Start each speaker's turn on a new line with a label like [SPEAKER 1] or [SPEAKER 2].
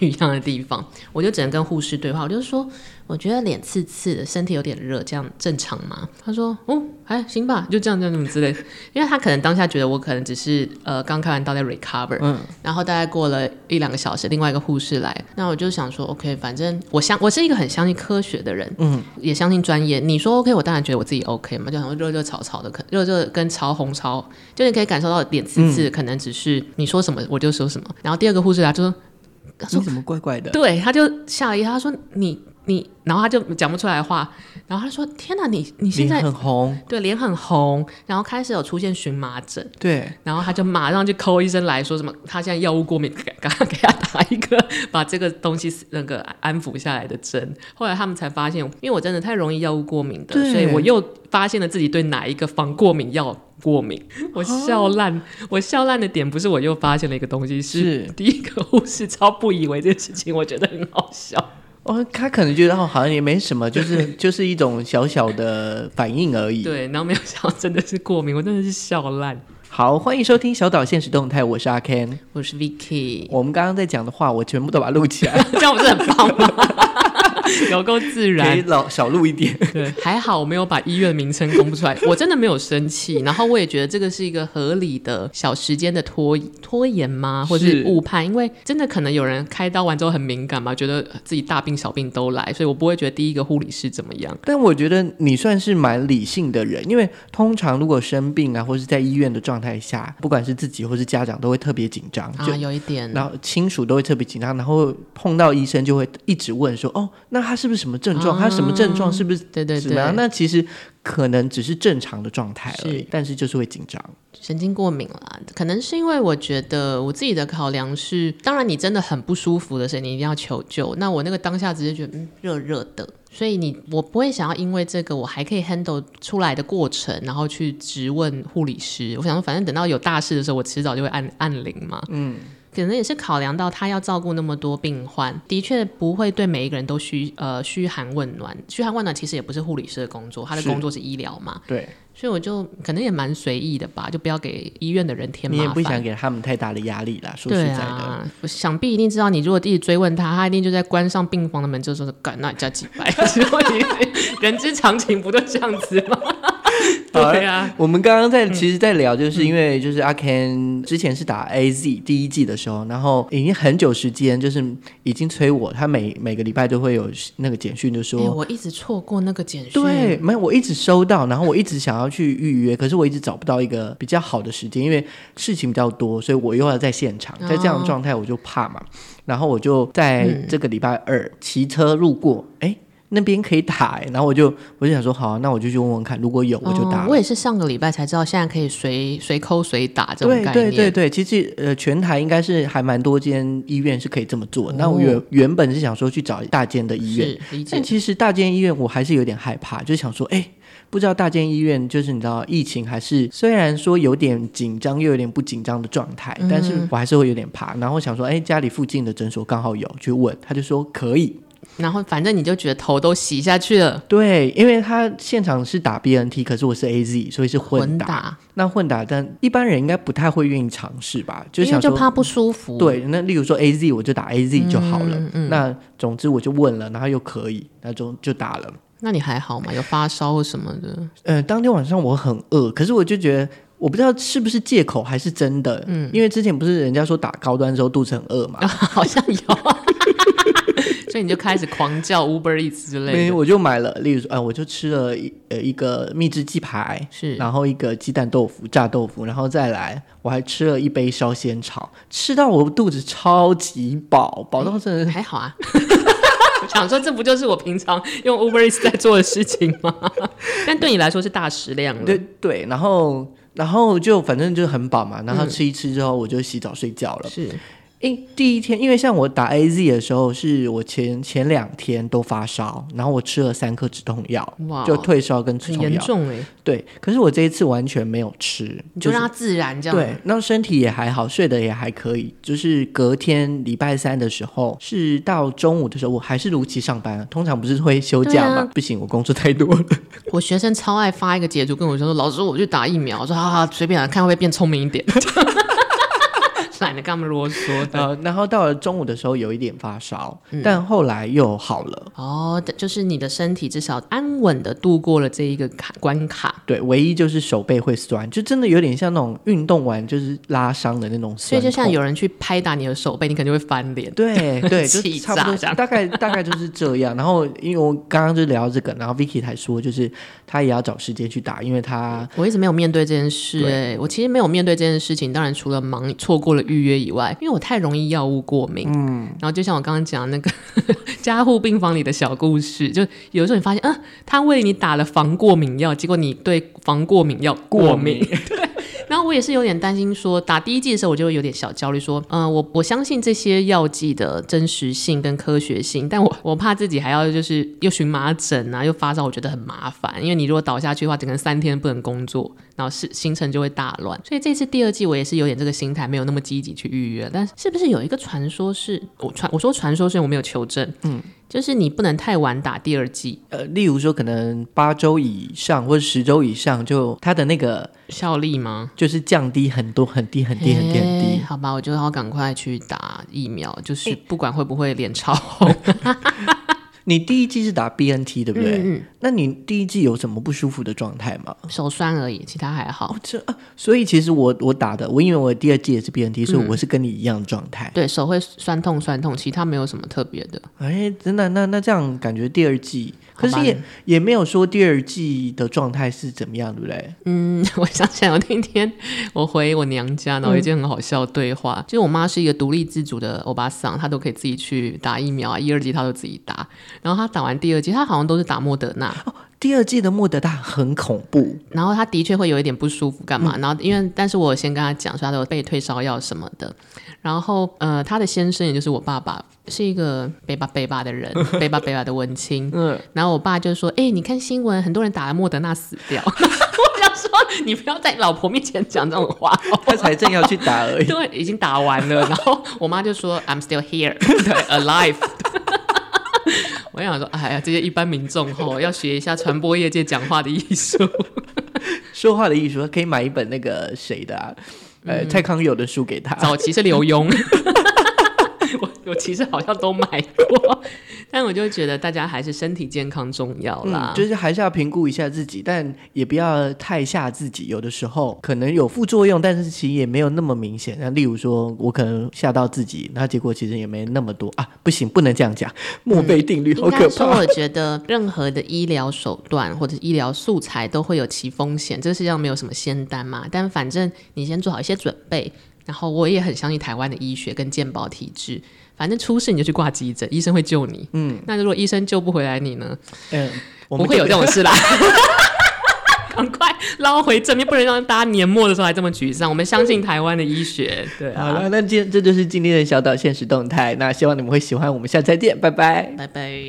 [SPEAKER 1] 不 一样的地方，我就只能跟护士对话。我就说，我觉得脸刺刺的，身体有点热，这样正常吗？他说，哦，还行吧，就这样这样这么之类的。因为他可能当下觉得我可能只是呃刚开完刀在 recover，
[SPEAKER 2] 嗯，
[SPEAKER 1] 然后大概过了一两个小时，另外一个护士来，那我就想说，OK，反正我相我是一个很相信科学的人，
[SPEAKER 2] 嗯，
[SPEAKER 1] 也相信专业。你说 OK，我当然觉得我自己 OK 嘛，就想说热热炒炒的，可热热跟潮红潮，就你可以感受到脸刺
[SPEAKER 2] 嗯
[SPEAKER 1] 刺，可能只是你说什么我就说什么。然后第二个护士来就说。他说
[SPEAKER 2] 你怎么怪怪的？
[SPEAKER 1] 对，他就吓了一跳，他说你你，然后他就讲不出来话，然后他说天哪，你你现
[SPEAKER 2] 脸
[SPEAKER 1] 在
[SPEAKER 2] 很红，
[SPEAKER 1] 对脸很红，然后开始有出现荨麻疹，
[SPEAKER 2] 对，
[SPEAKER 1] 然后他就马上就 call 医生来说什么，他现在药物过敏，赶赶快给他打一个把这个东西那个安抚下来的针。后来他们才发现，因为我真的太容易药物过敏的，
[SPEAKER 2] 对
[SPEAKER 1] 所以我又发现了自己对哪一个防过敏药过敏。我笑烂，我笑烂的点不是我又发现了一个东西，是
[SPEAKER 2] 是
[SPEAKER 1] 第一个护士超不以为这件事情，我觉得很好笑。
[SPEAKER 2] 哦，他可能觉得哦，好像也没什么，就是就是一种小小的反应而已。
[SPEAKER 1] 对，然后没有想到真的是过敏，我真的是笑烂。
[SPEAKER 2] 好，欢迎收听小岛现实动态，我是阿 Ken。
[SPEAKER 1] 我是 Vicky，
[SPEAKER 2] 我们刚刚在讲的话，我全部都把它录起来，
[SPEAKER 1] 这样不是很棒吗？ 有够自然
[SPEAKER 2] 可以，老少录 一点。
[SPEAKER 1] 对，还好我没有把医院名称公布出来，我真的没有生气。然后我也觉得这个是一个合理的小时间的拖拖延吗，或是
[SPEAKER 2] 是
[SPEAKER 1] 误判？因为真的可能有人开刀完之后很敏感嘛，觉得自己大病小病都来，所以我不会觉得第一个护理师怎么样。
[SPEAKER 2] 但我觉得你算是蛮理性的人，因为通常如果生病啊，或是在医院的状态下，不管是自己或是家长都会特别紧张，
[SPEAKER 1] 啊
[SPEAKER 2] 就，
[SPEAKER 1] 有一点，
[SPEAKER 2] 然后亲属都会特别紧张，然后碰到医生就会一直问说：“哦，那他是不是什么症状？
[SPEAKER 1] 啊
[SPEAKER 2] 他什么症状？是不是
[SPEAKER 1] 对对
[SPEAKER 2] 怎么样？”
[SPEAKER 1] 对，
[SPEAKER 2] 那其实可能只是正常的状态而已
[SPEAKER 1] 是，啊
[SPEAKER 2] 但是就是会紧张。
[SPEAKER 1] 神经过敏啦，可能是因为我觉得我自己的考量是，当然你真的很不舒服的时候，你一定要求救。那我那个当下直接觉得，嗯，热热的，所以你我不会想要因为这个我还可以 handle 出来的过程，然后去质问护理师。我想说，反正等到有大事的时候，我迟早就会按按铃嘛。嗯。可能也是考量到他要照顾那么多病患，的确不会对每一个人都嘘呃嘘寒问暖。嘘寒问暖其实也不是护理师的工作，他的
[SPEAKER 2] 是
[SPEAKER 1] 工作是医疗嘛。
[SPEAKER 2] 对
[SPEAKER 1] 所以我就可能也蛮随意的吧，就不要给医院的人添
[SPEAKER 2] 你也
[SPEAKER 1] 麻
[SPEAKER 2] 不想
[SPEAKER 1] 烦。
[SPEAKER 2] 给他们太大的压力啦。说实
[SPEAKER 1] 对
[SPEAKER 2] 在的，
[SPEAKER 1] 啊，我想必一定知道，你如果一直追问他，他一定就在关上病房的门，就说：“干，那你加几百？” 所以人之常情，不就这样子 吗？对啊，
[SPEAKER 2] 我们刚刚在其实，在聊，就是
[SPEAKER 1] 嗯
[SPEAKER 2] 因为就是阿 Ken 之前是打 AZ 第一季的时候，然后已经很久时间，就是已经催我，他每每个礼拜都会有那个简讯，就
[SPEAKER 1] 哎
[SPEAKER 2] 说。
[SPEAKER 1] 我一直错过那个简讯。
[SPEAKER 2] 对，没有，我一直收到，然后我一直想要去预约，可是我一直找不到一个比较好的时间，因为事情比较多，所以我又要在现场，
[SPEAKER 1] 哦
[SPEAKER 2] 在这样的状态我就怕嘛。然后我就在这个礼拜二骑车路过，哎，那边可以打、诶然后我就我就想说，好啊、那我就去问问看，如果有我就打了
[SPEAKER 1] 哦我也是上个礼拜才知道，现在可以随随抠随打这种
[SPEAKER 2] 对
[SPEAKER 1] 概念。
[SPEAKER 2] 对对对，其实呃，全台应该是还蛮多间医院是可以这么做。那我
[SPEAKER 1] 哦
[SPEAKER 2] 原原本是想说去找大间的医院，
[SPEAKER 1] 是理
[SPEAKER 2] 但
[SPEAKER 1] 解。
[SPEAKER 2] 其实大间医院我还是有点害怕，就想说，哎，不知道大间医院就是你知道疫情还是虽然说有点紧张又有点不紧张的状态，
[SPEAKER 1] 嗯
[SPEAKER 2] 但是我还是会有点怕。然后想说，哎，家里附近的诊所刚好有，去问，他就说可以。
[SPEAKER 1] 然后反正你就觉得头都洗下去了，
[SPEAKER 2] 对，因为他现场是打 BNT，可是我是 AZ，所以是混
[SPEAKER 1] 混
[SPEAKER 2] 打。
[SPEAKER 1] 打，
[SPEAKER 2] 那混打，但一般人应该不太会愿意尝试吧？就
[SPEAKER 1] 因为
[SPEAKER 2] 想
[SPEAKER 1] 就
[SPEAKER 2] 说。
[SPEAKER 1] 怕不舒服。
[SPEAKER 2] 对，那例如说 A Z，我就打 A Z 就好了。
[SPEAKER 1] 嗯嗯
[SPEAKER 2] 那总之我就问了，然后又可以，那就就打了。
[SPEAKER 1] 那你还好吗？有发烧或什么的？
[SPEAKER 2] 呃，当天晚上我很饿，可是我就觉得我不知道是不是借口还是真的，
[SPEAKER 1] 嗯
[SPEAKER 2] 因为之前不是人家说打高端的时候肚子很饿 嘛，
[SPEAKER 1] 好像有，啊 所以你就开始狂叫 Uber Eats 之类
[SPEAKER 2] 没
[SPEAKER 1] 的，
[SPEAKER 2] 我就买了，例如说，呃，我就吃了一呃一个蜜汁鸡排，
[SPEAKER 1] 是
[SPEAKER 2] 然后一个鸡蛋豆腐炸豆腐，然后再来我还吃了一杯烧仙草，吃到我肚子超级饱，饱到真的
[SPEAKER 1] 还好啊。 我想说，这不就是我平常用 Uber Eats 在做的事情吗？ 但对你来说是大食量了。
[SPEAKER 2] 对对，然后然后就反正就很饱嘛，然后
[SPEAKER 1] 嗯
[SPEAKER 2] 吃一吃之后我就洗澡睡觉了。
[SPEAKER 1] 是
[SPEAKER 2] 因、第一天，因为像我打 A Z 的时候，是我前前两天都发烧，然后我吃了三颗止痛药，
[SPEAKER 1] 哇，哦
[SPEAKER 2] 就退烧跟止
[SPEAKER 1] 很
[SPEAKER 2] 痛
[SPEAKER 1] 严
[SPEAKER 2] 药。
[SPEAKER 1] 重哎、
[SPEAKER 2] 对，可是我这一次完全没有吃，
[SPEAKER 1] 你就
[SPEAKER 2] 就
[SPEAKER 1] 是让它自然这样。
[SPEAKER 2] 对，那身体也还好，睡得也还可以。就是隔天礼拜三的时候，是到中午的时候，我还是如期上班。通常不是会休假
[SPEAKER 1] 对
[SPEAKER 2] 嘛？
[SPEAKER 1] 啊
[SPEAKER 2] 不行，我工作 太多了。
[SPEAKER 1] 我学生超爱发一个截 图跟我说：“老师，我去打疫苗。”我说：“好好，随便啊，看会不会变聪明一点。” 懒得跟他们啰嗦的。
[SPEAKER 2] 呃，然后到了中午的时候有一点发烧，
[SPEAKER 1] 嗯
[SPEAKER 2] 但后来又好了。
[SPEAKER 1] 哦，就是你的身体至少安稳的度过了这一个卡关卡，
[SPEAKER 2] 对，唯一就是手背会酸，就真的有点像那种运动完就是拉伤的那种
[SPEAKER 1] 所
[SPEAKER 2] 酸
[SPEAKER 1] 以就
[SPEAKER 2] 痛。
[SPEAKER 1] 像有人去拍打你的手背，你肯定会翻脸。
[SPEAKER 2] 对对，就
[SPEAKER 1] 气
[SPEAKER 2] 差不多
[SPEAKER 1] 炸这样
[SPEAKER 2] 大概大概就是这样。然后因为我刚刚就聊到这个，然后 Vicky 才说就是她也要找时间去打，因为她
[SPEAKER 1] 我一直没有面对这件事、
[SPEAKER 2] 对
[SPEAKER 1] 哎，我其实没有面对这件事情。当然，除了忙错过了预约以外，因为我太容易药物过敏。嗯，然后就像我刚刚讲那个 加护病房里的小故事，就有时候你发现，嗯、他为你打了防过敏药，结果你对防过敏药过敏。
[SPEAKER 2] 过敏
[SPEAKER 1] 然后我也是有点担心说，打第一剂的时候我就会有点小焦虑，说，嗯、我我相信这些药剂的真实性跟科学性，但我我怕自己还要就是又荨麻疹啊，又发烧，我觉得很麻烦，因为你如果倒下去的话，整个人三天不能工作，然后是行程就会大乱。所以这次第二季我也是有点这个心态，没有那么积极去预约。但是不是有一个传说是我传我说传说是因为我没有求证，嗯，就是你不能太晚打第二季，
[SPEAKER 2] 呃，例如说可能八周以上或者十周以上，就她的那个
[SPEAKER 1] 效力吗？
[SPEAKER 2] 就是降低很多，很低，很低，很低，很
[SPEAKER 1] 欸
[SPEAKER 2] 低。
[SPEAKER 1] 好吧，我就要赶快去打疫苗，就是不管会不会脸超红。
[SPEAKER 2] 你第一季是打 BNT 对不对？
[SPEAKER 1] 嗯
[SPEAKER 2] 那你第一季有什么不舒服的状态吗？
[SPEAKER 1] 手酸而已，其他还好。
[SPEAKER 2] 这、啊、所以其实我我打的，我因为我第二季也是 BNT，所以我是跟你一样的状态。
[SPEAKER 1] 对手会酸痛酸痛，其他没有什么特别的。
[SPEAKER 2] 哎、真的，那那这样感觉第二季，
[SPEAKER 1] 好
[SPEAKER 2] 可
[SPEAKER 1] 吧
[SPEAKER 2] 是也也没有说第二季的状态是怎么样，对不对？
[SPEAKER 1] 嗯， 我想起来，我那天我回我娘家，然后有一件很好笑的对话，就是我妈是一个独立自主的欧巴桑，她都可以自己去打疫苗啊，一二级她都自己打。然后她打完第二剂，她好像都是打莫德纳，
[SPEAKER 2] 哦第二季的莫德大很恐怖，
[SPEAKER 1] 然后他的确会有一点不舒服，干嘛？然后因为，但是我有先跟他讲说，他都有备退烧药什么的。然后，呃，他的先生也就是我爸爸，是一个北巴北巴的人，北巴北巴的文青。
[SPEAKER 2] 嗯，
[SPEAKER 1] 然后我爸就说：“哎、你看新闻，很多人打了莫德纳死掉。” 我想说，你不要在老婆面前讲这种话。哦
[SPEAKER 2] 他才正要去打而已。
[SPEAKER 1] 对，已经打完了。然后我妈就说：“I'm still here，对，alive。”我想说，哎呀，这些一般民众吼、要学一下传播业界讲话的艺术。
[SPEAKER 2] 说话的艺术，可以买一本那个谁的、啊，呃，蔡康永的书给他。
[SPEAKER 1] 早期是刘墉。 我我其实好像都买过，但我就觉得大家还是身体健康重要啦。
[SPEAKER 2] 嗯，就是还是要评估一下自己，但也不要太吓自己。有的时候可能有副作用，但是其实也没有那么明显。那例如说，我可能吓到自己，那结果其实也没那么多啊。不行，不能这样讲，墨菲定律好
[SPEAKER 1] 嗯应该
[SPEAKER 2] 可
[SPEAKER 1] 说，
[SPEAKER 2] 怕。
[SPEAKER 1] 我觉得任何的医疗手段或者医疗素材都会有其风险，这个世界上没有什么仙丹嘛。但反正你先做好一些准备，然后我也很相信台湾的医学跟健保体制。反正出事你就去挂急诊，医生会救你。嗯，那如果医生救不回来你呢？
[SPEAKER 2] 嗯，我
[SPEAKER 1] 不
[SPEAKER 2] 们
[SPEAKER 1] 会有
[SPEAKER 2] 就
[SPEAKER 1] 这种 事啦。 赶快捞回正面，不能让大家年末的时候还这么沮丧。我们相信台湾的医学，对
[SPEAKER 2] 嗯好
[SPEAKER 1] 啊，
[SPEAKER 2] 了，那今这就是今天的小岛现实动态。那希望你们会喜欢，我们下次再见，拜拜。
[SPEAKER 1] 拜拜。